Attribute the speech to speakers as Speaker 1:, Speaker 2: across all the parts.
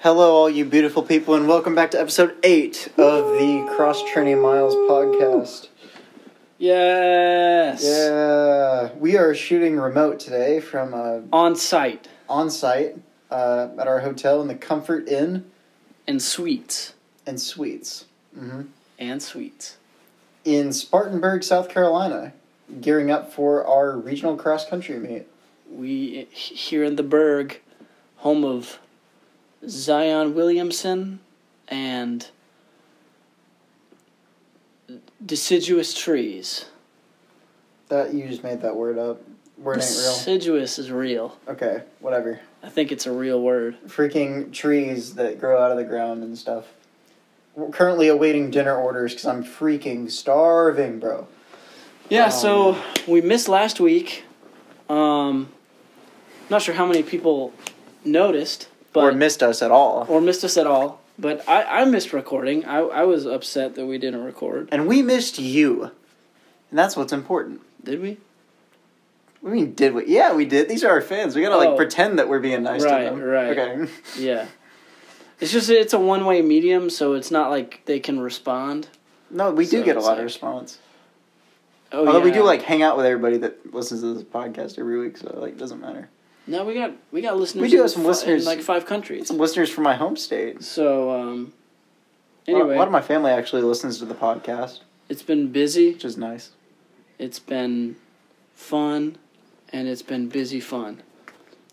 Speaker 1: Hello, all you beautiful people, and welcome back to episode 8 of the Cross Training Miles podcast.
Speaker 2: Yes.
Speaker 1: Yeah, we are shooting remote today from uh,
Speaker 2: On site
Speaker 1: on site uh, at our hotel in the Comfort Inn
Speaker 2: and suites
Speaker 1: and Suites hmm
Speaker 2: and suites.
Speaker 1: in Spartanburg, South Carolina, gearing up for our regional cross country meet.
Speaker 2: We here in the Berg, home of Zion Williamson and deciduous trees.
Speaker 1: That you just made that word up. Word ain't real.
Speaker 2: Deciduous is real.
Speaker 1: Okay, whatever.
Speaker 2: I think it's a real word.
Speaker 1: freaking trees that grow out of the ground and stuff. We're currently awaiting dinner orders because I'm freaking starving, bro.
Speaker 2: Yeah,
Speaker 1: Um,
Speaker 2: so we missed last week. Um not sure how many people noticed, but
Speaker 1: or missed us at all.
Speaker 2: or missed us at all. But I, I missed recording. I, I was upset that we didn't record.
Speaker 1: And we missed you. And that's what's important.
Speaker 2: Did we?
Speaker 1: What do you mean, did we? Yeah, we did. These are our fans. We gotta like
Speaker 2: Oh.
Speaker 1: pretend that we're being nice
Speaker 2: Right,
Speaker 1: to them.
Speaker 2: right.
Speaker 1: Okay.
Speaker 2: Yeah. It's just it's a one way medium, so it's not like they can respond.
Speaker 1: No, we do
Speaker 2: So
Speaker 1: get a
Speaker 2: it's
Speaker 1: lot of
Speaker 2: like-
Speaker 1: response.
Speaker 2: Oh,
Speaker 1: Although we
Speaker 2: yeah.
Speaker 1: do like hang out with everybody that listens to this podcast every week, so like it doesn't matter.
Speaker 2: No, we got we got listeners.
Speaker 1: We do
Speaker 2: in
Speaker 1: have some
Speaker 2: fi-
Speaker 1: listeners.
Speaker 2: in like five countries.
Speaker 1: Some listeners from my home state.
Speaker 2: So um,
Speaker 1: A lot-
Speaker 2: anyway,
Speaker 1: a lot of my family actually listens to the podcast,
Speaker 2: it's been busy.
Speaker 1: which is nice.
Speaker 2: It's been fun, and it's been busy fun.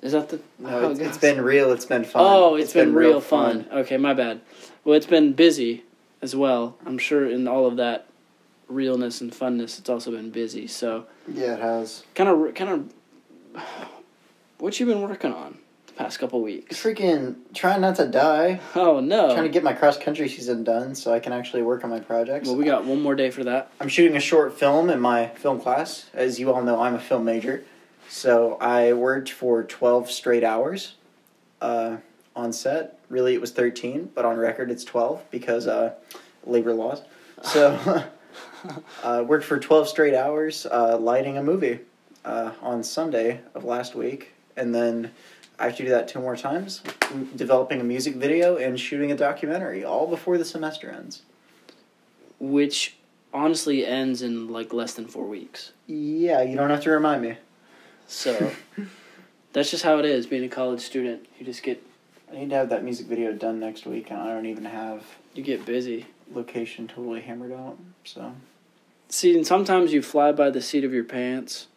Speaker 2: Is that the?
Speaker 1: No, it's,
Speaker 2: oh,
Speaker 1: it's
Speaker 2: gosh.
Speaker 1: been real. It's been fun.
Speaker 2: Oh, it's been, real fun. Okay, my bad. Well, it's been busy as well. I'm sure in all of that realness and funness, it's also been busy. So,
Speaker 1: Yeah, it has.
Speaker 2: kind of, kind of, what you been working on the past couple weeks?
Speaker 1: Freaking trying not to die.
Speaker 2: Oh no!
Speaker 1: Trying to get my cross country season done so I can actually work on my projects.
Speaker 2: well, we got one more day for that.
Speaker 1: I'm shooting a short film in my film class. As you all know, I'm a film major. So I worked for 12 straight hours uh, on set. Really, it was 13, but on record, it's 12 because uh, labor laws. So uh, worked for 12 straight hours uh, lighting a movie uh, on Sunday of last week. And then I have to do that two more times, m- developing a music video and shooting a documentary, all before the semester ends.
Speaker 2: Which honestly ends in like less than four weeks.
Speaker 1: Yeah, you don't have to remind me.
Speaker 2: So that's just how it is. Being a college student, you just get
Speaker 1: I need to have that music video done next week, and I don't even have
Speaker 2: you get busy.
Speaker 1: location totally hammered out. So
Speaker 2: See, and sometimes you fly by the seat of your pants,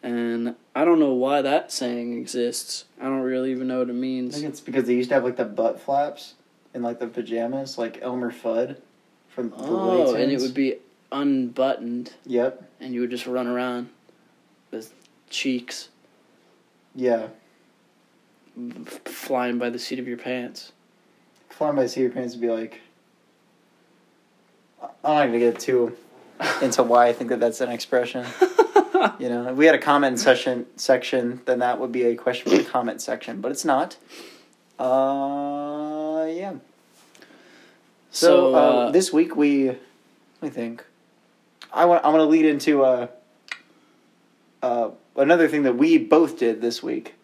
Speaker 2: and I don't know why that saying exists. I don't really even know what it
Speaker 1: I
Speaker 2: means.
Speaker 1: think it's because they used to have like the butt flaps and like the pajamas, like Elmer Fudd from the Looney
Speaker 2: Oh, and it
Speaker 1: Tunes.
Speaker 2: would be unbuttoned,
Speaker 1: Yep.
Speaker 2: and you would just run around with cheeks
Speaker 1: Yeah.
Speaker 2: f- flying by the seat of your pants.
Speaker 1: Flying by the seat of your pants would be like. I- I'm not gonna get too into why I think that that's an expression. You know, if we had a comment session section, then that would be a question for the comment section, but it's not. Uh, yeah. So, uh, this week we, let me think. I want I want to lead into uh, uh, another thing that we both did this week.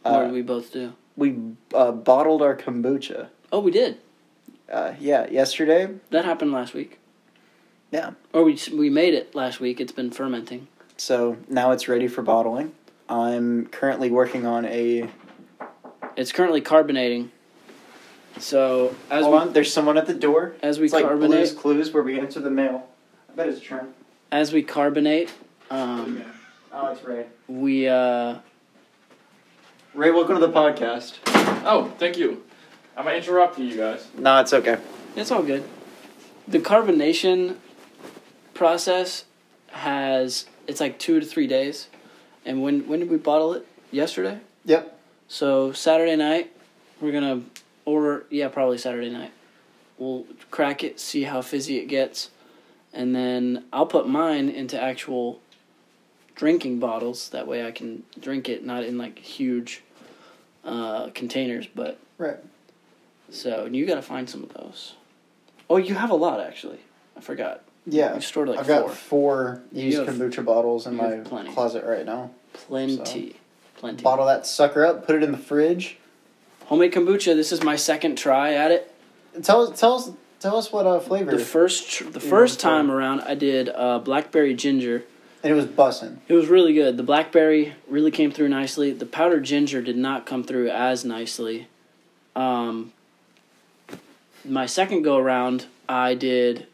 Speaker 2: what
Speaker 1: Uh,
Speaker 2: did we both do?
Speaker 1: we uh, bottled our kombucha.
Speaker 2: Oh, we did.
Speaker 1: Uh, yeah, yesterday.
Speaker 2: That happened last week.
Speaker 1: Yeah.
Speaker 2: Or we s- we made it last week. It's been fermenting.
Speaker 1: So now it's ready for bottling. I'm currently working on a.
Speaker 2: It's currently carbonating. So as
Speaker 1: Hold
Speaker 2: we
Speaker 1: on, there's someone at the door.
Speaker 2: as we
Speaker 1: it's like
Speaker 2: carbonate
Speaker 1: Blue's Clues where we answer the mail. I bet it's Trent.
Speaker 2: as we carbonate, um,
Speaker 1: Oh, it's Ray.
Speaker 2: we uh,
Speaker 1: Ray, welcome to the podcast.
Speaker 3: Oh, thank you. I'm gonna interrupt you guys.
Speaker 1: No, it's okay.
Speaker 2: it's all good. The carbonation process has it's like two to three days, and when when did we bottle it? Yesterday.
Speaker 1: Yep.
Speaker 2: So Saturday night, we're gonna order. Yeah, probably Saturday night. We'll crack it, see how fizzy it gets, and then I'll put mine into actual drinking bottles. That way, I can drink it not in like huge uh, containers, but
Speaker 1: Right.
Speaker 2: So and you got to find some of those. Oh, you have a lot actually. I forgot.
Speaker 1: Yeah.
Speaker 2: You stored like
Speaker 1: I've
Speaker 2: four.
Speaker 1: got four used
Speaker 2: You have-
Speaker 1: kombucha bottles in
Speaker 2: you
Speaker 1: my
Speaker 2: have plenty.
Speaker 1: closet right now.
Speaker 2: plenty, plenty.
Speaker 1: Bottle that sucker up, put it in the fridge,
Speaker 2: Homemade kombucha. This is my second try at it.
Speaker 1: Tell us, tell us, tell us what uh, flavor.
Speaker 2: The first tr- the
Speaker 1: Yeah,
Speaker 2: first
Speaker 1: that's right.
Speaker 2: time around, I did uh, blackberry ginger.
Speaker 1: and it was bussin'.
Speaker 2: It was really good. The blackberry really came through nicely. The powdered ginger did not come through as nicely. Um, my second go around, I did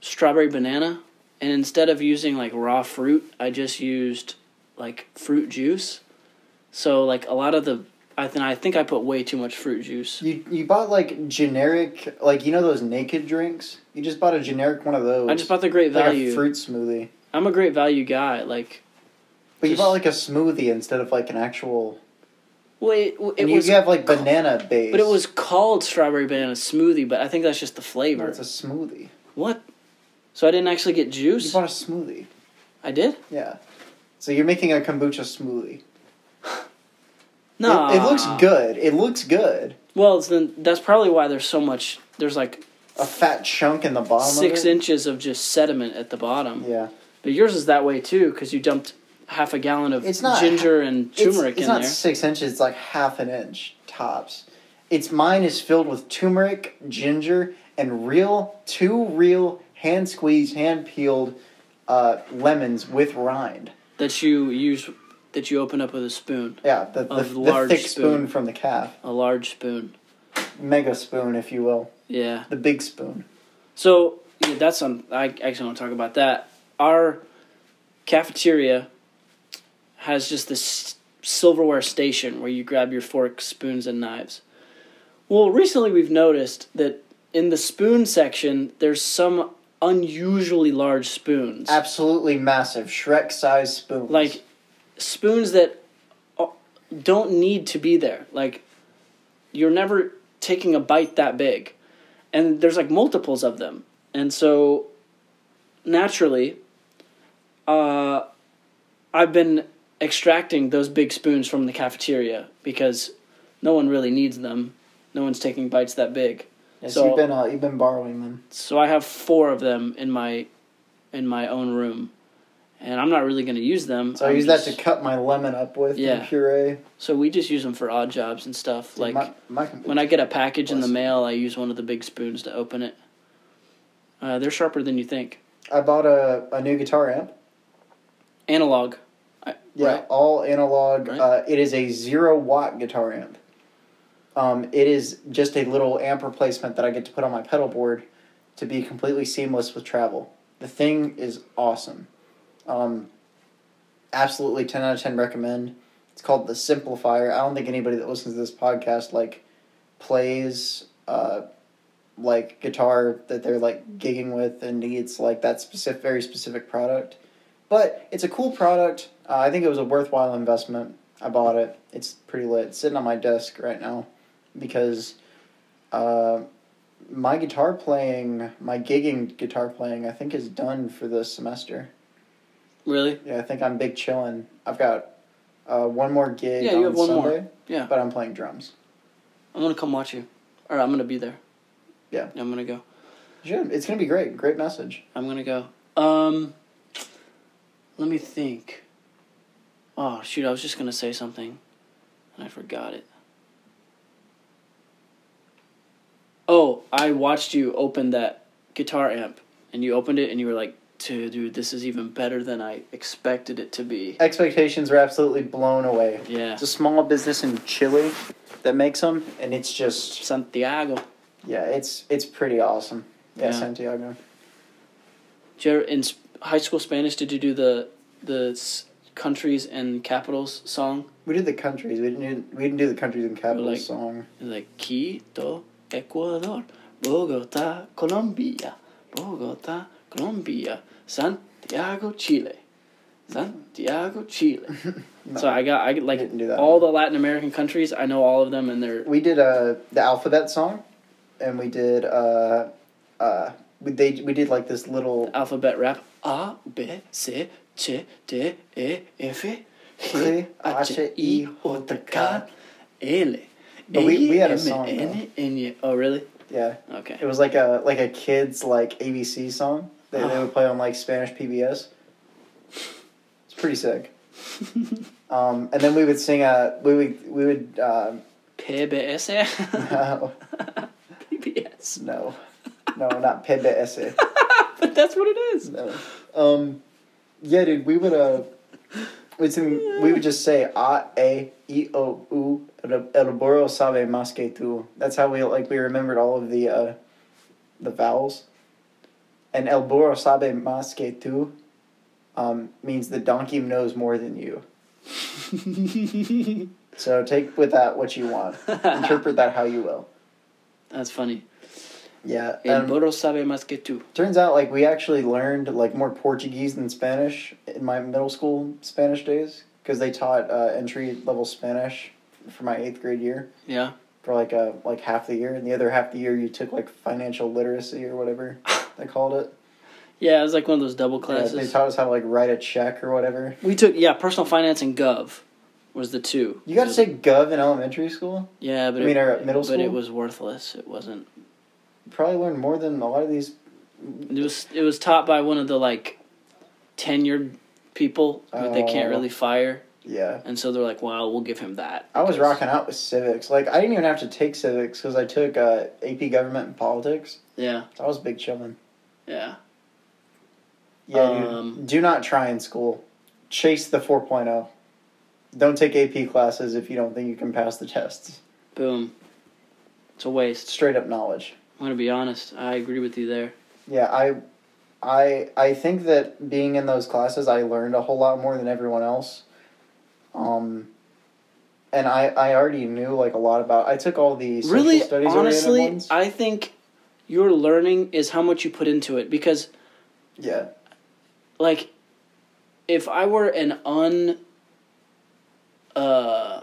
Speaker 2: strawberry banana, and instead of using like raw fruit, I just used like fruit juice. So like a lot of the, I think I think I put way too much fruit juice.
Speaker 1: You you bought like generic, like you know those naked drinks. You just bought a generic one of those.
Speaker 2: I just bought the great
Speaker 1: like
Speaker 2: value.
Speaker 1: a fruit smoothie,
Speaker 2: I'm a great value guy. Like
Speaker 1: but you
Speaker 2: Just-
Speaker 1: bought like a smoothie instead of like an actual.
Speaker 2: wait, it
Speaker 1: and you
Speaker 2: was
Speaker 1: have like banana base.
Speaker 2: But it was called strawberry banana smoothie, but I think that's just the
Speaker 1: No,
Speaker 2: flavor.
Speaker 1: it's a smoothie.
Speaker 2: what? So I didn't actually get
Speaker 1: You
Speaker 2: juice?
Speaker 1: bought a smoothie.
Speaker 2: I did?
Speaker 1: Yeah. So you're making a kombucha smoothie.
Speaker 2: No.
Speaker 1: It, it looks good. It looks good.
Speaker 2: Well, it's then that's probably why there's so much there's like
Speaker 1: A fat chunk in the bottom. of
Speaker 2: 6
Speaker 1: it.
Speaker 2: inches of just sediment at the bottom.
Speaker 1: Yeah.
Speaker 2: But yours is that way too cuz you dumped half a gallon of
Speaker 1: It's not-
Speaker 2: ginger and
Speaker 1: It's-
Speaker 2: turmeric
Speaker 1: it's,
Speaker 2: in
Speaker 1: not
Speaker 2: there.
Speaker 1: six inches it's like half an inch tops it's mine is filled with turmeric ginger and real two real hand squeezed hand peeled uh, lemons with rind
Speaker 2: That you use that you open up with a spoon,
Speaker 1: yeah the, the,
Speaker 2: Of
Speaker 1: the
Speaker 2: large
Speaker 1: thick spoon.
Speaker 2: spoon.
Speaker 1: from the calf
Speaker 2: a large spoon.
Speaker 1: mega spoon if you will
Speaker 2: Yeah.
Speaker 1: the big spoon
Speaker 2: So yeah, that's on. I actually want to talk about that. Our cafeteria has just this silverware station where you grab your forks, spoons, and knives. Well, recently we've noticed that in the spoon section, there's some unusually large spoons,
Speaker 1: absolutely massive shrek size spoon
Speaker 2: like spoons that uh, don't need to be there. Like you're never taking a bite that big and there's like multiples of them and so naturally uh i've been extracting those big spoons from the cafeteria because no one really needs them no one's taking bites that big so-
Speaker 1: you've been uh, you've been borrowing them
Speaker 2: so i have four of them in my in my own room and i'm not really going to use them
Speaker 1: so i
Speaker 2: I'm
Speaker 1: use
Speaker 2: just-
Speaker 1: that to cut my lemon up with and
Speaker 2: Yeah.
Speaker 1: puree
Speaker 2: so we just use them for odd jobs and stuff like
Speaker 1: my, my computer-
Speaker 2: When I get a package in the
Speaker 1: Bless.
Speaker 2: mail, I use one of the big spoons to open it. Uh, they're sharper than you think.
Speaker 1: I bought a, a new guitar amp
Speaker 2: Analog.
Speaker 1: Yeah,
Speaker 2: Right.
Speaker 1: all analog.
Speaker 2: Right.
Speaker 1: Uh, it is a zero watt guitar amp. Um, it is just a little amp replacement that I get to put on my pedal board to be completely seamless with travel. The thing is awesome. Um, absolutely 10 out of 10 recommend. It's called the Simplifier. I don't think anybody that listens to this podcast like plays uh, like guitar that they're like gigging with and needs like that specific very specific product. But it's a cool product. Uh, I think it was a worthwhile investment. I bought it. It's pretty lit. It's sitting on my desk right now because uh, my guitar playing, my gigging guitar playing, I think is done for this semester.
Speaker 2: Really?
Speaker 1: Yeah, I think I'm big chillin'. I've got uh, one more gig
Speaker 2: Yeah,
Speaker 1: on
Speaker 2: you have one more.
Speaker 1: Sunday,
Speaker 2: Yeah.
Speaker 1: but I'm playing drums.
Speaker 2: I'm gonna come watch you, or I'm gonna be there.
Speaker 1: Yeah.
Speaker 2: I'm gonna go.
Speaker 1: Jim, it's gonna be great. Great message.
Speaker 2: I'm gonna go. Um. Let me think. Oh shoot! I was just gonna say something, and I forgot it. Oh, I watched you open that guitar amp, and you opened it, and you were like, "Dude, dude, this is even better than I expected it to be."
Speaker 1: Expectations are absolutely blown away.
Speaker 2: Yeah,
Speaker 1: It's a small business in Chile that makes them, and it's just
Speaker 2: Santiago.
Speaker 1: yeah, it's it's pretty awesome. Yeah,
Speaker 2: Yeah.
Speaker 1: Santiago.
Speaker 2: Did you ever, in sp- high school Spanish, did you do the the s- countries and capitals song?
Speaker 1: We did the countries. We didn't do, we didn't do the countries and capitals
Speaker 2: Like-
Speaker 1: song.
Speaker 2: Like Quito, Ecuador, Bogota, Colombia, Bogota, Colombia, Santiago, Chile, Santiago, Chile.
Speaker 1: No.
Speaker 2: So I got I got, like
Speaker 1: Didn't do that
Speaker 2: all
Speaker 1: one.
Speaker 2: the Latin American countries. I know all of them, and they're
Speaker 1: We did uh the alphabet song, and we did uh uh we they we did like this little
Speaker 2: alphabet rap. A B C C D E F G
Speaker 1: G,
Speaker 2: H I E, O T K L.
Speaker 1: But we- we had a
Speaker 2: A, M,
Speaker 1: song, though.
Speaker 2: N, N, Y. Oh really?
Speaker 1: yeah.
Speaker 2: Okay.
Speaker 1: It was like a like a kids like ABC song
Speaker 2: Ah.
Speaker 1: that they would play on like Spanish PBS. It's pretty sick. Um, and then we would sing a we would we would oh, uh,
Speaker 2: PBS.
Speaker 1: no
Speaker 2: PBS.
Speaker 1: no no not PBS
Speaker 2: But that's what it is.
Speaker 1: no um yeah dude we would uh we'd sing, we would just say a e e o u el el boro sabe mas que tu that's how we like we remembered all of the uh the vowels and el boro sabe mas que tu um means the donkey knows more than you so take with that what you want interpret that how you will
Speaker 2: That's funny.
Speaker 1: yeah
Speaker 2: El
Speaker 1: um,
Speaker 2: burro sabe más que tú.
Speaker 1: Turns out, like we actually learned like more Portuguese than Spanish in my middle school Spanish days because they taught uh, entry level Spanish for my eighth grade year
Speaker 2: Yeah.
Speaker 1: for like uh like half the year, and the other half the year you took like financial literacy or whatever they called it.
Speaker 2: Yeah, it was like one of those double
Speaker 1: Yeah, they
Speaker 2: classes.
Speaker 1: taught us how to like write a check or whatever.
Speaker 2: we took yeah, personal finance and gov was the two.
Speaker 1: You got to say gov in elementary school.
Speaker 2: Yeah, but
Speaker 1: I mean,
Speaker 2: it,
Speaker 1: or at middle
Speaker 2: but it
Speaker 1: school?
Speaker 2: was worthless. It wasn't.
Speaker 1: You probably learned more than a lot of these.
Speaker 2: It was it was taught by one of the like tenured people that they can't
Speaker 1: Oh.
Speaker 2: really fire,
Speaker 1: Yeah,
Speaker 2: and so they're like, "Well, we'll give him that."
Speaker 1: I was
Speaker 2: because-
Speaker 1: rocking out with civics. Like I didn't even have to take civics because I took uh, AP Government and Politics.
Speaker 2: Yeah,
Speaker 1: I was big chillin'.
Speaker 2: yeah.
Speaker 1: Yeah,
Speaker 2: Um,
Speaker 1: dude. Do not try in school. Chase the 4.0. Don't take AP classes if you don't think you can pass the tests.
Speaker 2: Boom. It's a waste.
Speaker 1: Straight up knowledge.
Speaker 2: I'm gonna be honest. I agree with you there.
Speaker 1: Yeah, I I I think that being in those classes I learned a whole lot more than everyone else. Um and I, I already knew like a lot about I took all the social
Speaker 2: really
Speaker 1: studies
Speaker 2: honestly
Speaker 1: oriented ones.
Speaker 2: i think your learning is how much you put into it because
Speaker 1: yeah.
Speaker 2: like if i were an un uh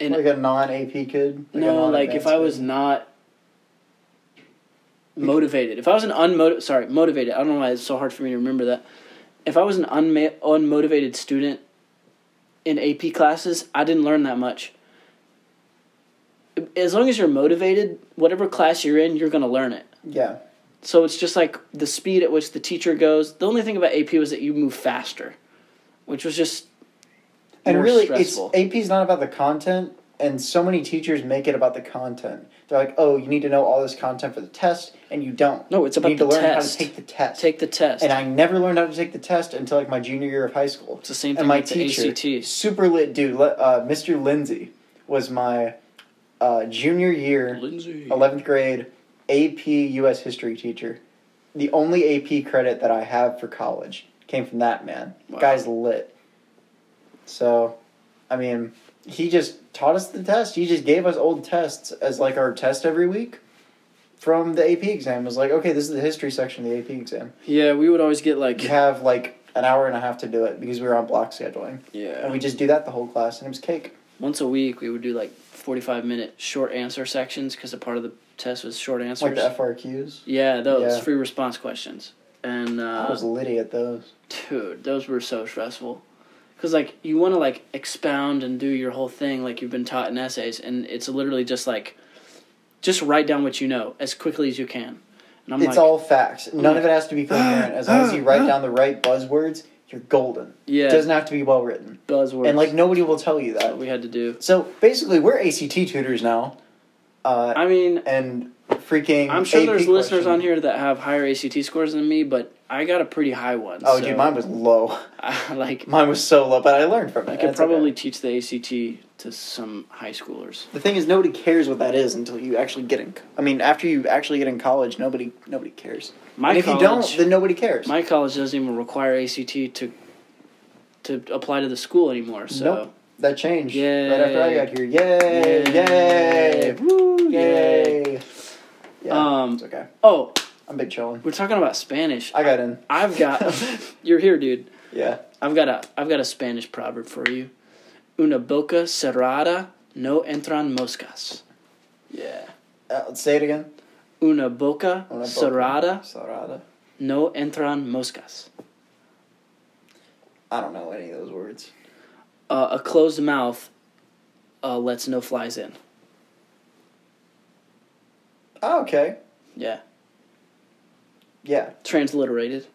Speaker 2: an,
Speaker 1: like a non AP kid. a
Speaker 2: no like if
Speaker 1: non-advanced
Speaker 2: i was
Speaker 1: kid.
Speaker 2: not motivated if i was an unmotivated sorry motivated i don't know why it's so hard for me to remember that if i was an unma- unmotivated student in ap classes i didn't learn that much as long as you're motivated whatever class you're in you're going to learn it
Speaker 1: Yeah.
Speaker 2: so it's just like the speed at which the teacher goes. The only thing about AP was that you move faster, which was just
Speaker 1: and
Speaker 2: more
Speaker 1: really
Speaker 2: stressful.
Speaker 1: it's ap's not about the content and so many teachers make it about the content they're like oh you need to know all this content for the test and you don't
Speaker 2: No, it's
Speaker 1: you
Speaker 2: about
Speaker 1: need
Speaker 2: the
Speaker 1: to learn
Speaker 2: test.
Speaker 1: how to take the test
Speaker 2: take the test.
Speaker 1: and i never learned how to take the test until like my junior year of high school
Speaker 2: it's the same thing
Speaker 1: and my
Speaker 2: with
Speaker 1: teacher
Speaker 2: the ACT.
Speaker 1: super lit dude le- uh, mr lindsay was my uh, junior year
Speaker 2: Lindsay.
Speaker 1: 11th grade ap us history teacher the only ap credit that i have for college came from that man
Speaker 2: Wow.
Speaker 1: guy's lit so i mean he just taught us the test he just gave us old tests as like our test every week from the ap exam it was like okay this is the history section of the ap exam
Speaker 2: Yeah, we would always get like
Speaker 1: you have like an hour and a half to do it because we were on block scheduling and
Speaker 2: yeah
Speaker 1: we just do that the whole class and it was cake
Speaker 2: once a week. We would do like forty five minute short answer sections because a part of the test was short answers.
Speaker 1: like the frqs
Speaker 2: yeah, those
Speaker 1: Yeah.
Speaker 2: free response questions. And uh,
Speaker 1: i was litty at those
Speaker 2: dude those were so stressful because like you want to like expound and do your whole thing like you've been taught in essays and it's literally just like just write down what you know as quickly as you can and i'm
Speaker 1: it's
Speaker 2: like
Speaker 1: all facts. None of it has to be coherent. As long as you write down the right buzzwords, you're golden.
Speaker 2: yeah
Speaker 1: It doesn't have to be well written.
Speaker 2: buzzwords
Speaker 1: And like nobody will tell you
Speaker 2: that
Speaker 1: that.
Speaker 2: we had to do
Speaker 1: So basically, we're ACT tutors now, uh,
Speaker 2: i mean
Speaker 1: and freaking.
Speaker 2: i'm sure
Speaker 1: AP
Speaker 2: there's listeners
Speaker 1: question-
Speaker 2: on here that have higher act scores than me but i got a pretty high one
Speaker 1: Oh,
Speaker 2: so
Speaker 1: dude, mine was low.
Speaker 2: I, like
Speaker 1: Mine was so low, but I learned from it.
Speaker 2: i could
Speaker 1: That's okay.
Speaker 2: probably teach the act to some high schoolers
Speaker 1: The thing is, nobody cares what that is until you actually get in. I mean, after you actually get in college, nobody nobody cares.
Speaker 2: my
Speaker 1: and if
Speaker 2: college,
Speaker 1: you don't, then nobody cares.
Speaker 2: My college doesn't even require ACT to to apply to the school anymore. So
Speaker 1: Nope. that changed right after I
Speaker 2: Yay.
Speaker 1: got here. Yay! Yay!
Speaker 2: Woo, yay.
Speaker 1: Yay! Yeah,
Speaker 2: Um.
Speaker 1: it's okay.
Speaker 2: Oh,
Speaker 1: I'm big chillin'.
Speaker 2: we're talking about Spanish.
Speaker 1: I got in.
Speaker 2: I've got. you're here, dude.
Speaker 1: Yeah.
Speaker 2: I've got a. I've got a Spanish proverb for you. Una boca cerrada no entran moscas. Yeah.
Speaker 1: Uh, let's say it again.
Speaker 2: Una boca,
Speaker 1: Una boca.
Speaker 2: cerrada
Speaker 1: Sarada.
Speaker 2: no entran moscas.
Speaker 1: I don't know any of those words.
Speaker 2: Uh, a closed mouth uh, lets no flies in.
Speaker 1: Oh, okay.
Speaker 2: Yeah.
Speaker 1: Yeah.
Speaker 2: Transliterated.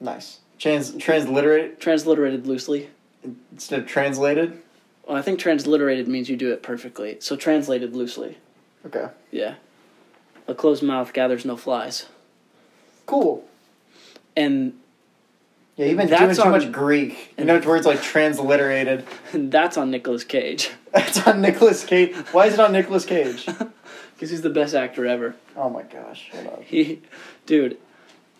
Speaker 1: Nice. Trans transliterate.
Speaker 2: Transliterated loosely.
Speaker 1: instead of translated.
Speaker 2: Well, I think transliterated means you do it perfectly. So translated loosely.
Speaker 1: Okay.
Speaker 2: Yeah. A closed mouth gathers no flies.
Speaker 1: Cool.
Speaker 2: And
Speaker 1: Yeah, you've been
Speaker 2: That's
Speaker 1: doing too
Speaker 2: on-
Speaker 1: much Greek. You know, words like transliterated.
Speaker 2: that's on Nicolas Cage.
Speaker 1: It's on Nicolas Cage. Why is it on Nicolas Cage?
Speaker 2: Because he's the best actor ever.
Speaker 1: Oh my gosh. Hold on.
Speaker 2: He, dude,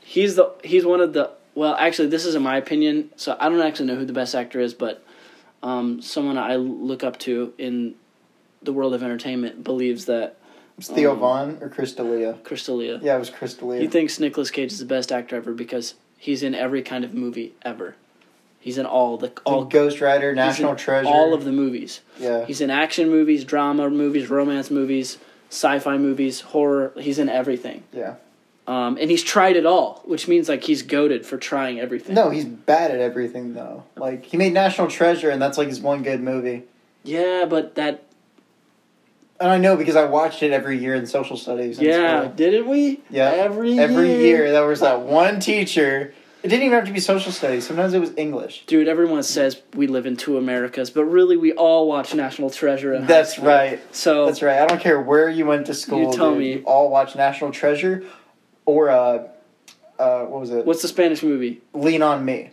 Speaker 2: he's the he's one of the well. Actually, this isn't my opinion, so I don't actually know who the best actor is, but um, someone I look up to in the world of entertainment believes that
Speaker 1: It's Theo
Speaker 2: Um,
Speaker 1: Vaughn or Chris D'Elia?
Speaker 2: Chris D'Elia.
Speaker 1: Yeah, it was Chris D'Elia.
Speaker 2: He thinks Nicolas Cage is the best actor ever because he's in every kind of movie ever. He's in all the all
Speaker 1: all Ghost Rider,
Speaker 2: he's in
Speaker 1: National Treasure.
Speaker 2: all of the movies.
Speaker 1: Yeah.
Speaker 2: He's in action movies, drama movies, romance movies, sci-fi movies, horror. He's in everything,
Speaker 1: Yeah.
Speaker 2: um, and he's tried it all, which means like he's goaded for trying everything.
Speaker 1: No, he's bad at everything though. Like he made National Treasure, and that's like his one good movie.
Speaker 2: Yeah, but that.
Speaker 1: And I know because I watched it every year in social studies. in
Speaker 2: yeah,
Speaker 1: school.
Speaker 2: didn't we?
Speaker 1: Yeah.
Speaker 2: Every
Speaker 1: Every
Speaker 2: year.
Speaker 1: year there was that one teacher. It didn't even have to be social studies. Sometimes it was English.
Speaker 2: Dude, everyone says we live in two Americas, but really we all watch National Treasure. in high
Speaker 1: That's
Speaker 2: school.
Speaker 1: right.
Speaker 2: So
Speaker 1: That's right. I don't care where you went to school.
Speaker 2: tell
Speaker 1: dude.
Speaker 2: me.
Speaker 1: You all watch National Treasure, or uh, uh, what was it?
Speaker 2: what's the Spanish movie?
Speaker 1: Lean on Me.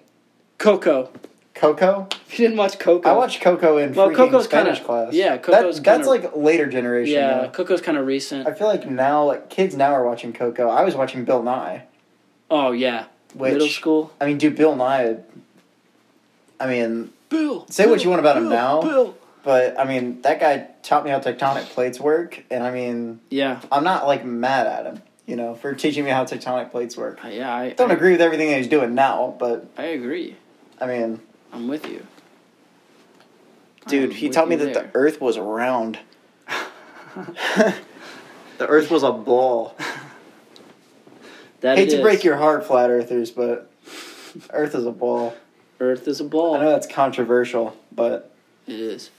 Speaker 2: Coco.
Speaker 1: Coco.
Speaker 2: If you didn't watch Coco,
Speaker 1: I watched Coco in
Speaker 2: Well,
Speaker 1: freaking
Speaker 2: Coco's kinda-
Speaker 1: Spanish class.
Speaker 2: yeah,
Speaker 1: That-
Speaker 2: Coco's
Speaker 1: that's
Speaker 2: kinda-
Speaker 1: like later generation.
Speaker 2: Yeah,
Speaker 1: though.
Speaker 2: Coco's kind of recent.
Speaker 1: I feel like now, like kids now are watching Coco. I was watching Bill Nye,
Speaker 2: oh yeah,
Speaker 1: which
Speaker 2: middle school.
Speaker 1: I mean, dude, Bill Nye. I mean,
Speaker 2: Bill.
Speaker 1: Say what you want about him now.
Speaker 2: Bill.
Speaker 1: but I mean, that guy taught me how tectonic plates work, and I mean,
Speaker 2: Yeah,
Speaker 1: I'm not like mad at him, you know, for teaching me how tectonic plates work.
Speaker 2: I- yeah. I
Speaker 1: Don't
Speaker 2: I,
Speaker 1: agree with everything that he's doing now, but
Speaker 2: I agree.
Speaker 1: I mean,
Speaker 2: I'm with you,
Speaker 1: dude,
Speaker 2: I'm
Speaker 1: he
Speaker 2: with
Speaker 1: taught me
Speaker 2: you
Speaker 1: that
Speaker 2: there.
Speaker 1: the Earth was round. the Earth was a ball.
Speaker 2: That
Speaker 1: Hate
Speaker 2: it
Speaker 1: to
Speaker 2: is.
Speaker 1: break your heart, flat earthers, but Earth is a ball.
Speaker 2: Earth is a
Speaker 1: I know
Speaker 2: ball.
Speaker 1: that's controversial, but
Speaker 2: It is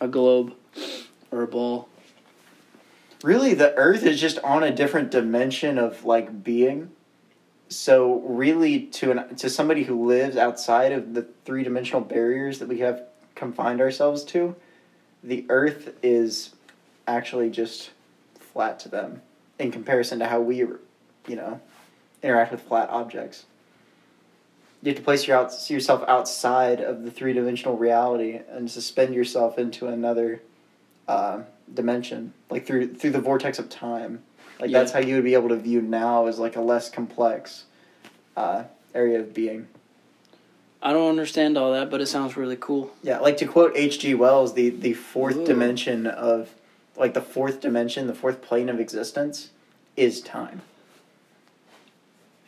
Speaker 2: a globe or a ball.
Speaker 1: really the earth is just on a different dimension of like being so really to an to somebody who lives outside of the three-dimensional barriers that we have confined ourselves to the earth is actually just flat to them in comparison to how we you know interact with flat objects you have to place your outs yourself outside of the three-dimensional reality and suspend yourself into another uh, dimension, like through through the vortex of time. Like
Speaker 2: Yeah.
Speaker 1: that's how you would be able to view now as like a less complex uh, area of being.
Speaker 2: I don't understand all that, but it sounds really cool.
Speaker 1: Yeah, like to quote H.G. Wells, the the fourth
Speaker 2: Ooh.
Speaker 1: dimension of like the fourth dimension, the fourth plane of existence is time.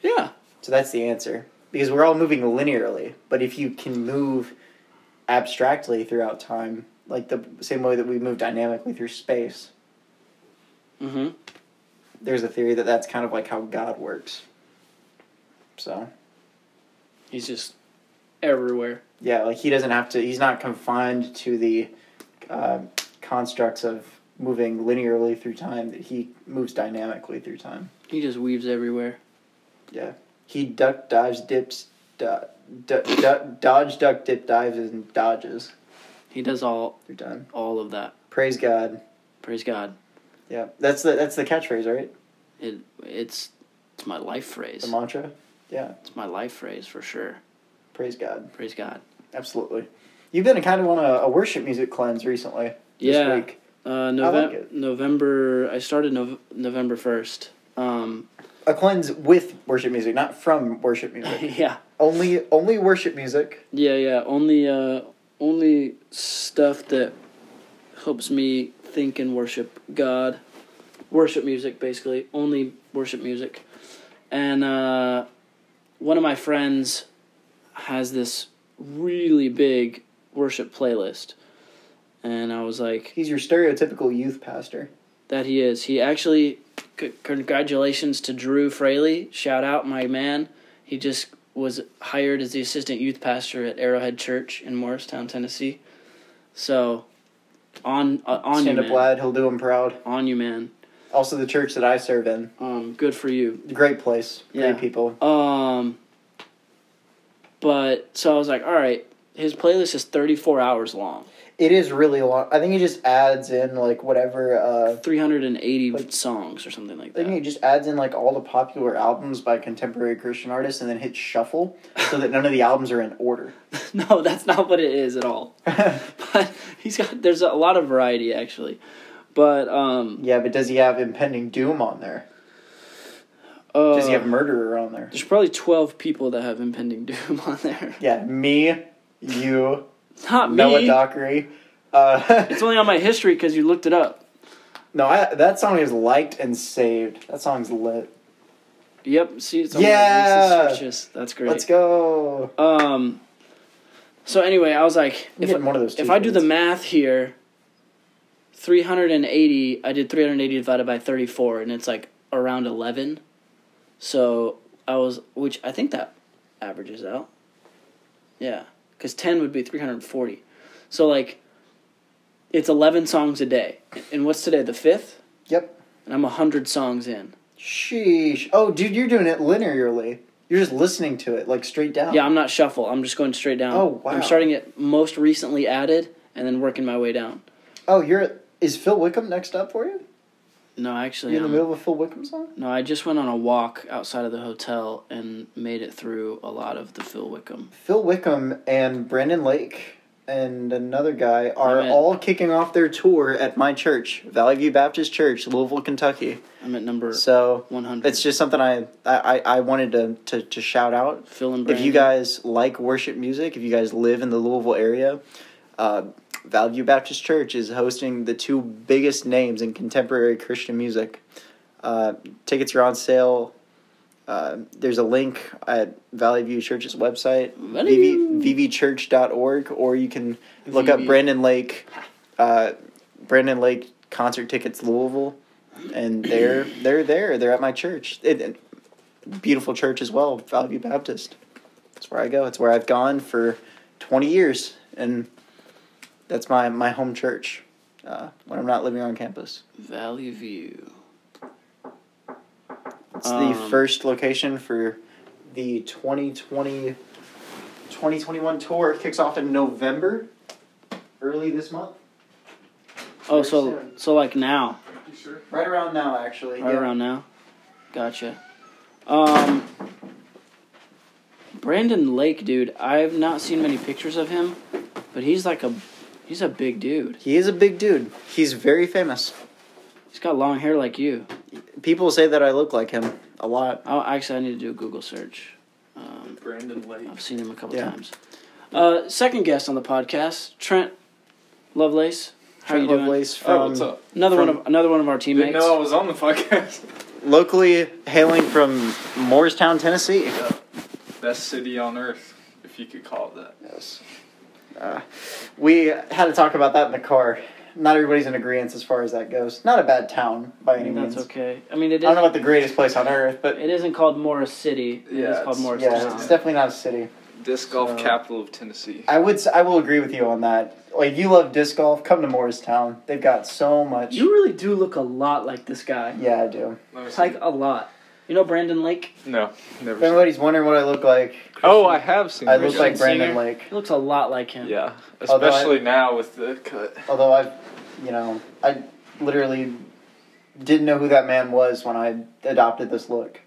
Speaker 2: Yeah,
Speaker 1: So that's the answer because we're all moving linearly, but if you can move abstractly throughout time, like the same way that we move dynamically through space,
Speaker 2: mm-hmm.
Speaker 1: there's a theory that that's kind of like how God works. So
Speaker 2: he's just everywhere.
Speaker 1: yeah, like he doesn't have to. He's not confined to the uh, constructs of moving linearly through time. That he moves dynamically through time.
Speaker 2: He just weaves everywhere.
Speaker 1: Yeah, he duck dives dips. Do, do, do, dodge, duck, dip, dives, and dodges
Speaker 2: He does all
Speaker 1: through time.
Speaker 2: all of that.
Speaker 1: Praise God.
Speaker 2: Praise God.
Speaker 1: Yeah, that's the that's the catchphrase, right?
Speaker 2: It it's it's my life phrase.
Speaker 1: The mantra. Yeah,
Speaker 2: It's my life phrase for sure.
Speaker 1: praise God.
Speaker 2: Praise God.
Speaker 1: Absolutely. You've been kind of on a, a worship music cleanse recently. This
Speaker 2: Yeah.
Speaker 1: Week.
Speaker 2: Uh,
Speaker 1: I
Speaker 2: November.
Speaker 1: like it.
Speaker 2: November. I started Nov November first. Um,
Speaker 1: a cleanse with worship music, not from worship music.
Speaker 2: yeah,
Speaker 1: only only worship music.
Speaker 2: yeah, yeah. Only, uh, only stuff that helps me think and worship God. Worship music, basically. Only worship music. And uh, one of my friends has this really big worship playlist, and I was like,
Speaker 1: He's your stereotypical youth pastor.
Speaker 2: That he is. He actually, c- congratulations to Drew Fraley. Shout out, my man. He just was hired as the assistant youth pastor at Arrowhead Church in Morristown, Tennessee. So, on uh, on
Speaker 1: Stand
Speaker 2: you,
Speaker 1: up
Speaker 2: man.
Speaker 1: lad, he'll do him proud.
Speaker 2: On you, man.
Speaker 1: Also the church that I serve in.
Speaker 2: Um, good for you.
Speaker 1: Great place. Great
Speaker 2: Yeah.
Speaker 1: people.
Speaker 2: Um, But so I was like, all right, his playlist is 34 hours long,
Speaker 1: It is really long. I think it just adds in like whatever. Uh,
Speaker 2: 380
Speaker 1: Like-
Speaker 2: songs or something like
Speaker 1: I think
Speaker 2: that.
Speaker 1: it just adds in like all the popular albums by contemporary Christian artists, and then hits shuffle so that none of the albums are in order.
Speaker 2: no, that's not what it is at all. but he's got there's a lot of variety actually. But um,
Speaker 1: yeah, but does he have impending doom on there?
Speaker 2: uh,
Speaker 1: Does he have murderer on there?
Speaker 2: there's probably 12 people that have impending doom on there.
Speaker 1: Yeah, me, you,
Speaker 2: Not Uh, me.
Speaker 1: Noah Dockery. Uh,
Speaker 2: It's only on my history because you looked it up.
Speaker 1: no, I, that song is liked and saved. That song's lit.
Speaker 2: Yep. See, it's on
Speaker 1: Yeah.
Speaker 2: my searches. That's great.
Speaker 1: Let's go.
Speaker 2: Um. So anyway, I was like,
Speaker 1: I'm
Speaker 2: if I,
Speaker 1: getting one of those
Speaker 2: if I do the
Speaker 1: t-shirts.
Speaker 2: math here, three hundred and eighty. I did three hundred eighty divided by thirty four, and it's like around eleven. So I was, which I think that averages out. Yeah, because ten would be three hundred forty. So like, it's eleven songs a day, and what's today the fifth?
Speaker 1: Yep.
Speaker 2: And I'm hundred songs in.
Speaker 1: Sheesh. Oh, dude, you're doing it linearly. You're just listening to it like straight down.
Speaker 2: Yeah, I'm not shuffle. I'm just going straight down.
Speaker 1: Oh, wow.
Speaker 2: I'm starting at most recently added and then working my way down.
Speaker 1: Oh, you're. Is Phil Wickham next up for you?
Speaker 2: No, actually, um,
Speaker 1: You're in the
Speaker 2: I'm-
Speaker 1: middle of a Phil Wickham song.
Speaker 2: no. I just went on a walk outside of the hotel and made it through a lot of the Phil Wickham.
Speaker 1: Phil Wickham and Brandon Lake and another guy are
Speaker 2: I'm in.
Speaker 1: all kicking off their tour at my church, Valley View Baptist Church, Louisville, Kentucky.
Speaker 2: I'm at number
Speaker 1: So
Speaker 2: 100.
Speaker 1: it's just something I I, I I wanted to, to to shout out
Speaker 2: Phil and
Speaker 1: If
Speaker 2: Brandon.
Speaker 1: you guys like worship music, if you guys live in the Louisville area, uh, Valley View Baptist Church is hosting the two biggest names in contemporary Christian music. Uh, tickets are on sale. Uh, there's a link at Valley View Church's website,
Speaker 2: Value.
Speaker 1: vv, vvchurch.org, or you can look up
Speaker 2: VV.
Speaker 1: Brandon Lake, uh, Brandon Lake concert tickets Louisville, and they're they're there. They're at my church. It- it, beautiful church as well, Valley View Baptist. That's where I go. It's where I've gone for 20 years, and that's my, my home church uh, when I'm not living on campus.
Speaker 2: Valley View.
Speaker 1: It's the
Speaker 2: Um,
Speaker 1: first location for the 2020 2021 tour. It kicks off in November, early this month.
Speaker 2: Oh,
Speaker 1: Very
Speaker 2: so
Speaker 1: soon.
Speaker 2: so like now,
Speaker 3: You sure?
Speaker 1: Right around now, actually.
Speaker 2: right
Speaker 1: Yeah.
Speaker 2: around now. Gotcha. Um. Brandon Lake, dude. I've not seen many pictures of him, but he's like a he's a big dude.
Speaker 1: He is a big dude. He's very famous.
Speaker 2: He's got long hair like you.
Speaker 1: People say that I look like him a lot.
Speaker 2: Oh, actually, I need to do a Google search. Um,
Speaker 3: Brandon Lake.
Speaker 2: I've seen him a couple
Speaker 1: Yeah.
Speaker 2: times. Uh, second guest on the podcast, Trent Lovelace. How
Speaker 1: Trent
Speaker 2: you doing?
Speaker 1: Lovelace from
Speaker 3: oh, what's up?
Speaker 2: Another
Speaker 1: From-
Speaker 2: one of another one of our
Speaker 3: Didn't
Speaker 2: teammates.
Speaker 3: know I was on the podcast.
Speaker 1: locally hailing from Moorestown, Tennessee.
Speaker 3: Best city on earth, if you could call it that.
Speaker 1: Yes. Uh, we had to talk about that in the car. Not everybody's in agreement as far as that goes. Not a bad town by
Speaker 2: I
Speaker 1: any
Speaker 2: mean,
Speaker 1: means.
Speaker 2: that's okay. I mean, it
Speaker 1: I don't know
Speaker 2: isn't.
Speaker 1: about the greatest place on earth, but
Speaker 2: It isn't called Morris City. It is
Speaker 3: Yeah,
Speaker 2: called
Speaker 3: it's-
Speaker 2: Morris
Speaker 1: yeah,
Speaker 2: Town.
Speaker 1: it's definitely not a city.
Speaker 3: Disc golf
Speaker 1: So-
Speaker 3: capital of Tennessee.
Speaker 1: I would s- I will agree with you on that. Like you love disc golf, come to Morristown. They've got so much.
Speaker 2: you really do look a lot like this guy.
Speaker 1: yeah, I do.
Speaker 3: Let me see.
Speaker 2: Like a lot. You know Brandon Lake?
Speaker 3: no, never.
Speaker 1: If
Speaker 3: Seen.
Speaker 1: anybody's wondering what I look like,
Speaker 3: Oh, I have seen.
Speaker 1: I
Speaker 3: him.
Speaker 1: look
Speaker 3: Yeah.
Speaker 1: like
Speaker 3: Seen him?
Speaker 1: Brandon Lake.
Speaker 2: He looks a lot like him.
Speaker 3: Yeah,
Speaker 1: Although I-
Speaker 3: especially now with the cut.
Speaker 1: Although I've, you know, I literally didn't know who that man was when I adopted this look.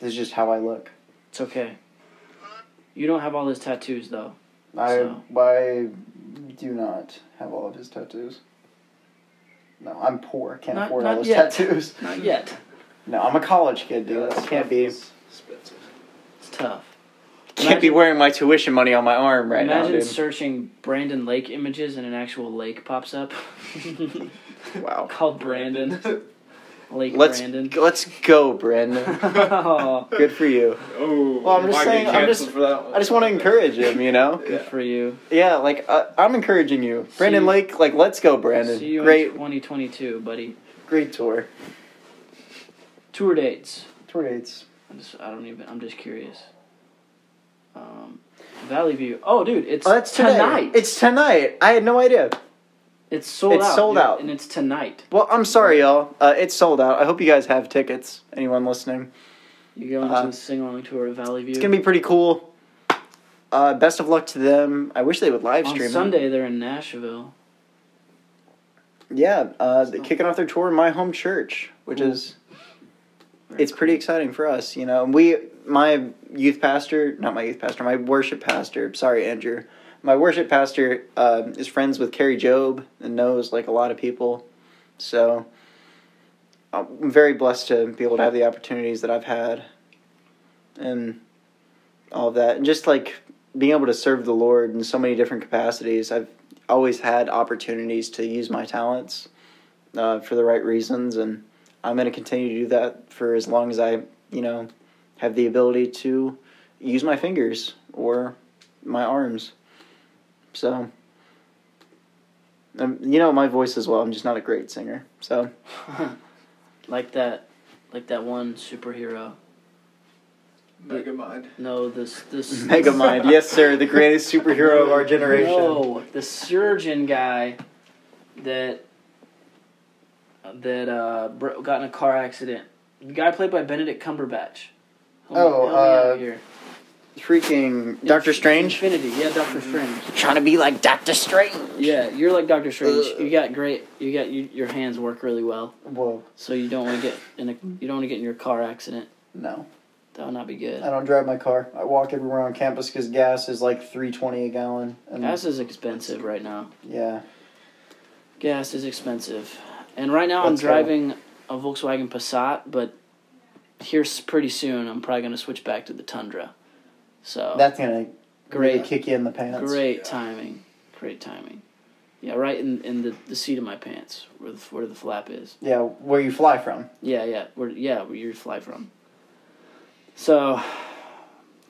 Speaker 1: This is just how I look.
Speaker 2: It's okay. You don't have all his tattoos though.
Speaker 1: I
Speaker 2: So-
Speaker 1: I do not have all of his tattoos. No, I'm poor. Can't
Speaker 2: Not-
Speaker 1: afford
Speaker 2: not
Speaker 1: all his
Speaker 2: yet.
Speaker 1: tattoos.
Speaker 2: Not yet.
Speaker 1: No, I'm a college kid, dude.
Speaker 3: that's
Speaker 1: that can't be.
Speaker 3: Expensive.
Speaker 2: It's tough.
Speaker 1: Can't be
Speaker 2: Imagine-
Speaker 1: wearing my tuition money on my arm right
Speaker 2: Imagine
Speaker 1: now, dude.
Speaker 2: searching Brandon Lake images and an actual lake pops up.
Speaker 1: Wow.
Speaker 2: Called Brandon. Lake
Speaker 1: Let's
Speaker 2: Brandon.
Speaker 1: let's go, Brandon.
Speaker 2: oh,
Speaker 1: Good for you.
Speaker 3: oh,
Speaker 1: Well, I'm
Speaker 3: you
Speaker 1: just
Speaker 3: might get
Speaker 1: saying- I'm
Speaker 3: canceled
Speaker 1: just-
Speaker 3: for that one.
Speaker 1: I just want to encourage him, you know.
Speaker 2: good for you.
Speaker 1: Yeah, like uh, I'm encouraging you, Brandon
Speaker 2: See-
Speaker 1: Lake. Like, let's go, Brandon.
Speaker 2: See you
Speaker 1: Great,
Speaker 2: in 2022, buddy.
Speaker 1: great tour.
Speaker 2: Tour dates.
Speaker 1: Tour dates.
Speaker 2: I'm just, I don't even. I'm just curious. Um, Valley View. Oh, dude, it's
Speaker 1: Oh, that's today.
Speaker 2: tonight.
Speaker 1: It's tonight. I had no idea.
Speaker 2: it's sold
Speaker 1: it's
Speaker 2: out.
Speaker 1: sold
Speaker 2: dude,
Speaker 1: out.
Speaker 2: and it's tonight.
Speaker 1: Well, I'm sorry, y'all. Uh, it's sold out. I hope you guys have tickets. Anyone listening?
Speaker 2: You go
Speaker 1: Uh-huh.
Speaker 2: into the sing along tour of Valley View.
Speaker 1: It's gonna be pretty cool. Uh, best of luck to them. I wish they would live
Speaker 2: On
Speaker 1: stream. it.
Speaker 2: Sunday, they're in Nashville.
Speaker 1: Yeah, uh, they're
Speaker 2: So-
Speaker 1: kicking off their tour in my home church, which
Speaker 2: Cool.
Speaker 1: is it's pretty exciting for us. You know, we my youth pastor, not my youth pastor, my worship pastor. Sorry, Andrew. My worship pastor uh, is friends with Carrie Job and knows like a lot of people, so I'm very blessed to be able to have the opportunities that I've had, and all of that, and just like being able to serve the Lord in so many different capacities. I've always had opportunities to use my talents uh, for the right reasons, and I'm going to continue to do that for as long as I, you know, have the ability to use my fingers or my arms. So, um, you know, my voice as well. I'm just not a great singer. So,
Speaker 2: like that, like that one superhero.
Speaker 3: Mega mind.
Speaker 2: No, this this
Speaker 1: Megamind, yes, sir, the greatest superhero of our generation.
Speaker 2: No, the surgeon guy that that uh bro- got in a car accident. The guy played by Benedict Cumberbatch. Help me-
Speaker 1: Oh,
Speaker 2: help me out
Speaker 1: uh,
Speaker 2: here.
Speaker 1: Freaking Doctor
Speaker 2: Inf-
Speaker 1: Strange.
Speaker 2: Infinity, yeah, Doctor Strange.
Speaker 1: Trying to be like Doctor Strange.
Speaker 2: Yeah, you're like Doctor Strange.
Speaker 1: Ugh.
Speaker 2: You got great. You got you, your hands work really well,
Speaker 1: Whoa,
Speaker 2: so you don't want to get in a you don't want to get in your car accident.
Speaker 1: no.
Speaker 2: That would not be good.
Speaker 1: I don't drive my car. I walk everywhere on campus because gas is like three twenty a gallon. And
Speaker 2: Gas is expensive right now.
Speaker 1: yeah,
Speaker 2: Gas is expensive, and right now I'm
Speaker 1: Let's go.
Speaker 2: driving a Volkswagen Passat, but here s- pretty soon I'm probably gonna switch back to the Tundra. So
Speaker 1: that's gonna great
Speaker 2: Great.
Speaker 1: kick you in the pants.
Speaker 2: great
Speaker 3: yeah.
Speaker 2: timing, great timing. Yeah, right in, in the, the seat of my pants where the, where the flap is.
Speaker 1: Yeah, where you fly from?
Speaker 2: Yeah, yeah, where yeah where you fly from. So,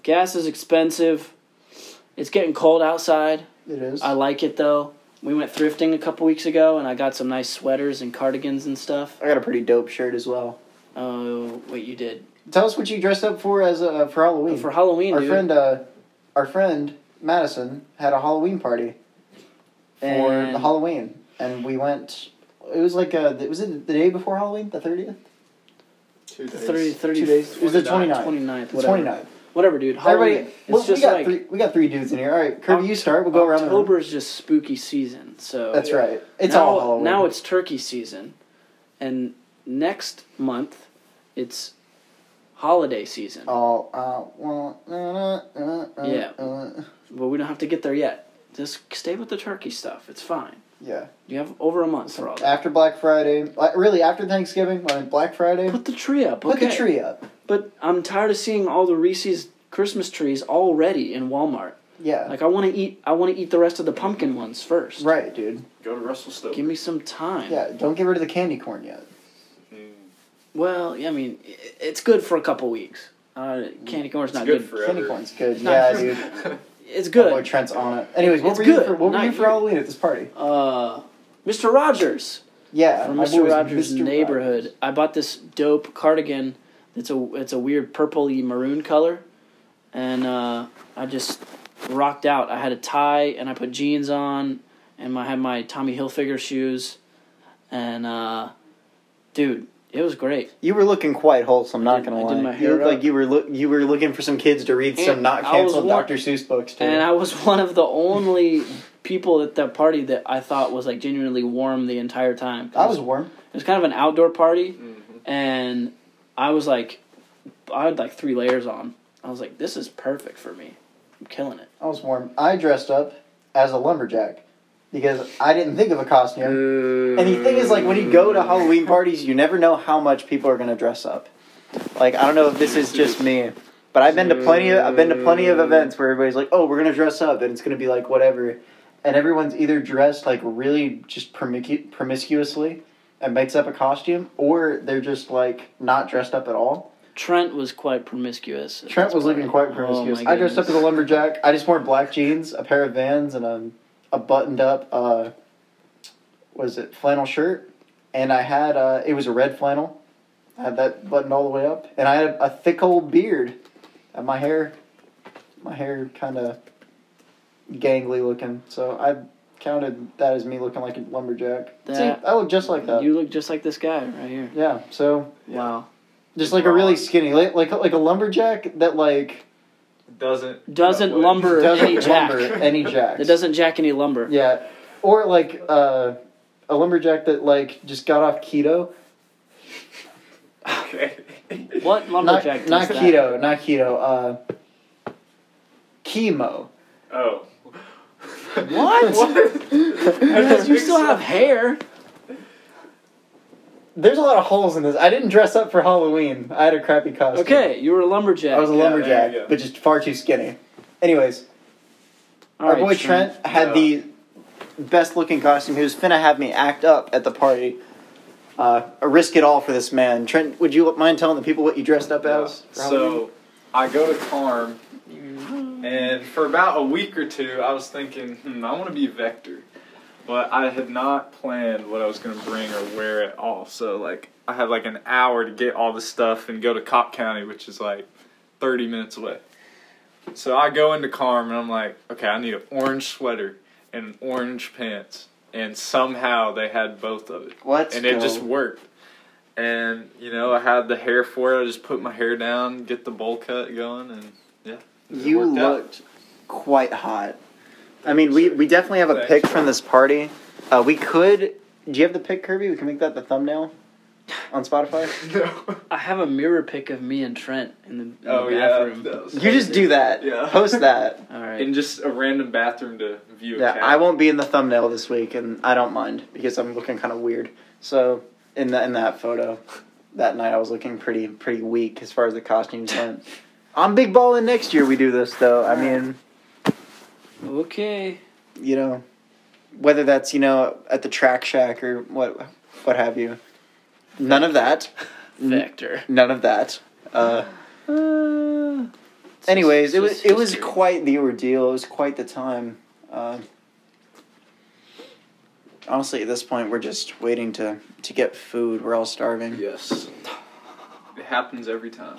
Speaker 2: gas is expensive. It's getting cold outside.
Speaker 1: It is.
Speaker 2: I like it though. We went thrifting a couple weeks ago, and I got some nice sweaters and cardigans and stuff.
Speaker 1: I got a pretty dope shirt as well.
Speaker 2: Oh wait, you did
Speaker 1: Tell us what you dressed up for as uh, for Halloween.
Speaker 2: for Halloween,
Speaker 1: our
Speaker 2: dude.
Speaker 1: friend, uh, our friend Madison had a Halloween party for
Speaker 2: And-
Speaker 1: the Halloween, and we went. It was like uh, was it the day before Halloween, the thirtieth,
Speaker 3: Two days.
Speaker 2: 30, 30
Speaker 1: two days? It was the 29th.
Speaker 2: 29th,
Speaker 1: The
Speaker 2: whatever.
Speaker 1: 29th.
Speaker 2: Whatever, dude. Halloween.
Speaker 1: Everybody,
Speaker 2: it's
Speaker 1: well, we
Speaker 2: just
Speaker 1: got
Speaker 2: like
Speaker 1: three. We got three dudes in here. All right, Kirby, you start. We'll go around. the room.
Speaker 2: October is just spooky season, so
Speaker 1: That's right. It's
Speaker 2: now,
Speaker 1: all Halloween.
Speaker 2: Now it's turkey season, and next month it's holiday season.
Speaker 1: all. Uh, well, uh, uh, uh,
Speaker 2: Yeah.
Speaker 1: uh,
Speaker 2: But we don't have to get there yet. Just stay with the turkey stuff. It's fine.
Speaker 1: yeah.
Speaker 2: You have over a month for all that.
Speaker 1: After Black Friday, like, really after Thanksgiving, like Black Friday,
Speaker 2: Put the tree up.
Speaker 1: uh, put the
Speaker 2: okay.
Speaker 1: tree up.
Speaker 2: But I'm tired of seeing all the Reese's Christmas trees already in Walmart.
Speaker 1: Yeah.
Speaker 2: Like I want to eat. I want to eat the rest of the pumpkin ones first.
Speaker 1: right, dude.
Speaker 3: Go to Russell Stoke.
Speaker 2: Give me some time.
Speaker 1: Yeah. Don't get rid of the candy corn yet.
Speaker 3: Mm.
Speaker 2: Well, yeah, I mean, i- it's good for a couple weeks. Uh, candy corn's
Speaker 3: It's
Speaker 2: not
Speaker 3: good
Speaker 2: good.
Speaker 3: for- Forever.
Speaker 1: Candy corn's good.
Speaker 2: It's not
Speaker 1: yeah,
Speaker 2: true.
Speaker 1: dude.
Speaker 2: It's
Speaker 1: My boy
Speaker 2: good.
Speaker 1: Trent's on it. Anyways, what
Speaker 2: It's
Speaker 1: were you
Speaker 2: good.
Speaker 1: for? What were
Speaker 2: Not
Speaker 1: you for
Speaker 2: you.
Speaker 1: Halloween at this party?
Speaker 2: Uh, Mr. Rogers
Speaker 1: Yeah,
Speaker 2: from
Speaker 1: my boy
Speaker 2: Mr.
Speaker 1: was
Speaker 2: Rogers'
Speaker 1: Mr.
Speaker 2: neighborhood.
Speaker 1: Rogers.
Speaker 2: I bought this dope cardigan. It's a it's a weird purpley maroon color, and uh, I just rocked out. I had a tie and I put jeans on, and I had my Tommy Hilfiger shoes, and uh, dude, it was great.
Speaker 1: You were looking quite wholesome. Not
Speaker 2: did-
Speaker 1: gonna
Speaker 2: I
Speaker 1: lie,
Speaker 2: did my
Speaker 1: you
Speaker 2: hair
Speaker 1: looked
Speaker 2: up.
Speaker 1: like you were look you were looking for some kids to read some
Speaker 2: And
Speaker 1: not
Speaker 2: I was
Speaker 1: canceled
Speaker 2: wa-
Speaker 1: Dr. Seuss books too.
Speaker 2: And I was one of the only people at that party that I thought was like genuinely warm the entire time.
Speaker 1: I was Mm-hmm. warm.
Speaker 2: It was kind of an outdoor party,
Speaker 3: Mhm.
Speaker 2: and I was like, I had like three layers on. I was like, this is perfect for me. I'm killing it.
Speaker 1: I was warm. I dressed up as a lumberjack because I didn't think of a costume. And the thing is, like, when you go to Halloween parties, you never know how much people are gonna dress up. Like, I don't know if this is just me, but I've been to plenty. Of, I've been to plenty of events where everybody's like, "Oh, we're gonna dress up," and it's gonna be like whatever, and everyone's either dressed like really just promicu- promiscuously and makes up a costume, or they're just like not dressed up at all.
Speaker 2: Trent was quite promiscuous. at
Speaker 1: Trent
Speaker 2: this
Speaker 1: was looking
Speaker 2: party.
Speaker 1: quite promiscuous.
Speaker 2: Oh, my
Speaker 1: I dressed up as a
Speaker 2: goodness.
Speaker 1: lumberjack. I just wore black jeans, a pair of Vans, and a, a buttoned up, uh, was it flannel shirt? And I had uh, it was a red flannel. I had that buttoned all the way up, and I had a thick old beard. And my hair, my hair kind of gangly looking. So I counted that as me looking like a lumberjack. See,
Speaker 2: That-
Speaker 1: I look just like that.
Speaker 2: You look just like this guy right here.
Speaker 1: yeah. So
Speaker 3: Yeah.
Speaker 2: Wow.
Speaker 1: just like a really skinny, like like like a lumberjack that like
Speaker 3: Doesn't
Speaker 2: Doesn't
Speaker 3: that would-
Speaker 2: lumber- Or
Speaker 1: doesn't
Speaker 2: any jack.
Speaker 1: lumber any jacks.
Speaker 2: It doesn't jack any lumber.
Speaker 1: Yeah, or like uh, a lumberjack that like just got off keto.
Speaker 3: Okay.
Speaker 2: What lumberjack
Speaker 1: not not
Speaker 2: does that?
Speaker 1: keto, not keto. Uh, chemo.
Speaker 3: Oh.
Speaker 2: What? Because you still have hair.
Speaker 1: There's a lot of holes in this. I didn't dress up for Halloween. I had a crappy costume.
Speaker 2: Okay, you were a lumberjack.
Speaker 1: I was a
Speaker 3: Yeah, there
Speaker 1: lumberjack,
Speaker 3: you go.
Speaker 1: but just far too skinny. Anyways,
Speaker 2: All
Speaker 1: our
Speaker 2: right,
Speaker 1: boy Trent, had
Speaker 3: Yeah.
Speaker 1: the best looking costume. He was finna have me act up at the party. Uh, risk it all for this man. Trent, would you mind telling the people what you dressed up as? for Halloween?
Speaker 3: So I go to Carm, and for about a week or two, I was thinking, hmm, I want to be Vector. But I had not planned what I was going to bring or wear at all. So, like, I had like an hour to get all the stuff and go to Cobb County, which is like 30 minutes away. So I go into Carm, and I'm like, okay, I need an orange sweater and orange pants. And somehow they had both of it
Speaker 1: Let's
Speaker 3: and it
Speaker 1: go.
Speaker 3: just worked. And you know, I had the hair for it. I just put my hair down, get the bowl cut going, and yeah, it
Speaker 1: You
Speaker 3: worked out.
Speaker 1: looked quite hot. I mean, we, we definitely have a
Speaker 3: Thanks.
Speaker 1: pic from this party. Uh, we could. Do you have the pic, Kirby? We can make that the thumbnail on Spotify.
Speaker 3: No.
Speaker 2: I have a mirror pic of me and Trent in the, in the
Speaker 3: Oh yeah.
Speaker 2: bathroom.
Speaker 3: that was-
Speaker 1: You just do that.
Speaker 3: Yeah.
Speaker 1: Post that.
Speaker 2: All right.
Speaker 3: in just a random bathroom to view. a
Speaker 1: Yeah,
Speaker 3: cat.
Speaker 1: I won't be in the thumbnail this week, and I don't mind because I'm looking kind of weird. So in the, in that photo, that night I was looking pretty pretty weak as far as the costumes went. I'm big balling next year. We do this though. I mean,
Speaker 2: okay.
Speaker 1: you know, whether that's you know at the track shack or what what have you, none of that,
Speaker 2: Vector.
Speaker 1: none of that. Uh,
Speaker 2: Uh, Ah, it's
Speaker 1: anyways,
Speaker 2: just-
Speaker 1: it was
Speaker 2: just
Speaker 1: it was
Speaker 2: history.
Speaker 1: quite the ordeal. It was quite the time. Uh, honestly, at this point, we're just waiting to to get food. We're all starving.
Speaker 3: Yes. It happens every time.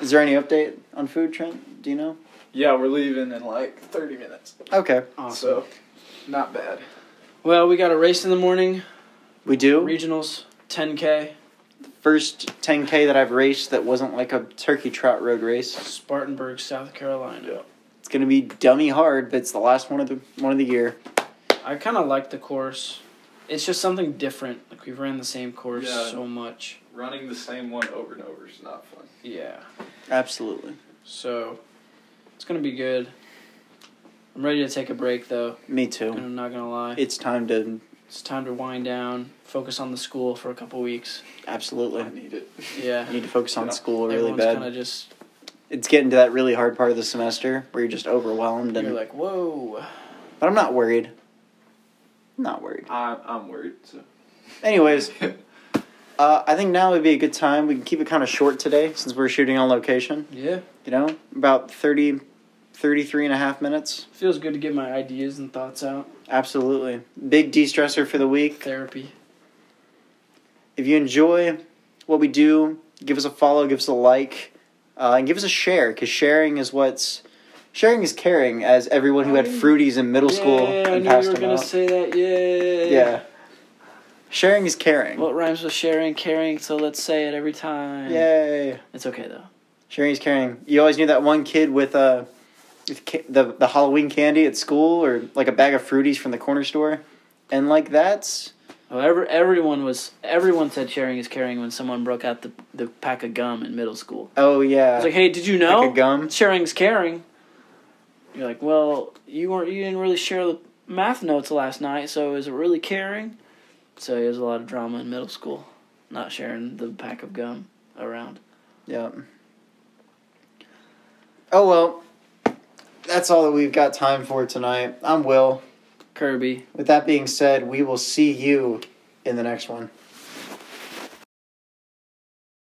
Speaker 1: Is there any update on food, Trent? Do you know?
Speaker 3: Yeah, we're leaving in like thirty minutes.
Speaker 1: Okay,
Speaker 2: Awesome.
Speaker 3: So, not bad.
Speaker 2: Well, we got a race in the morning.
Speaker 1: we do.
Speaker 2: Regionals, 10K,
Speaker 1: First 10k that I've raced that wasn't like a turkey trot road race.
Speaker 2: Spartanburg, South Carolina.
Speaker 1: It's gonna be dummy hard, but it's the last one of the one of the year.
Speaker 2: I kind of like the course. It's just something different. Like we've ran the same course
Speaker 3: Yeah.
Speaker 2: so much.
Speaker 3: Running the same one over and over is not fun.
Speaker 2: Yeah.
Speaker 1: Absolutely.
Speaker 2: So it's gonna be good. I'm ready to take a break though.
Speaker 1: Me
Speaker 2: And
Speaker 1: too.
Speaker 2: I'm not gonna lie.
Speaker 1: It's time to
Speaker 2: It's time to wind down, focus on the school for a couple weeks.
Speaker 1: absolutely.
Speaker 3: I need it.
Speaker 2: Yeah.
Speaker 1: I need to focus on
Speaker 3: Yeah.
Speaker 1: school really
Speaker 2: Everyone's
Speaker 1: bad.
Speaker 2: kind of just
Speaker 1: It's getting to that really hard part of the semester where you're just overwhelmed and
Speaker 2: you're like, whoa.
Speaker 1: but I'm not worried. I'm not worried.
Speaker 3: I, I'm worried. So.
Speaker 1: Anyways, uh, I think now would be a good time. We can keep it kind of short today since we're shooting on location,
Speaker 2: Yeah.
Speaker 1: you know? About 30 33 and a half minutes.
Speaker 2: Feels good to get my ideas and thoughts out.
Speaker 1: Absolutely. Big de-stressor for the week.
Speaker 2: Therapy.
Speaker 1: If you enjoy what we do, give us a follow, give us a like, uh, and give us a share because sharing is what's sharing is caring. As everyone who had fruities in middle school
Speaker 2: Yeah, I
Speaker 1: and
Speaker 2: knew
Speaker 1: passed
Speaker 2: you were
Speaker 1: them
Speaker 2: gonna
Speaker 1: out.
Speaker 2: say that. Yeah.
Speaker 1: yeah, sharing is caring.
Speaker 2: What rhymes with sharing, caring? So let's say it every time.
Speaker 1: Yay!
Speaker 2: It's okay though.
Speaker 1: Sharing is caring. You always knew that one kid with uh, with ca- the the Halloween candy at school, or like a bag of fruities from the corner store, and like that's
Speaker 2: Well, Oh, every, everyone was everyone said sharing is caring when someone broke out the the pack of gum in middle school.
Speaker 1: oh yeah,
Speaker 2: It's like, hey, did you know
Speaker 1: Pack of gum?
Speaker 2: sharing's caring? You're like, well, you weren't you didn't really share the math notes last night, so is it really caring? So there was a lot of drama in middle school, not sharing the pack of gum around.
Speaker 1: Yeah. Oh well, that's all that we've got time for tonight. I'm Will.
Speaker 2: Kirby,
Speaker 1: With that being said, we will see you in the next one.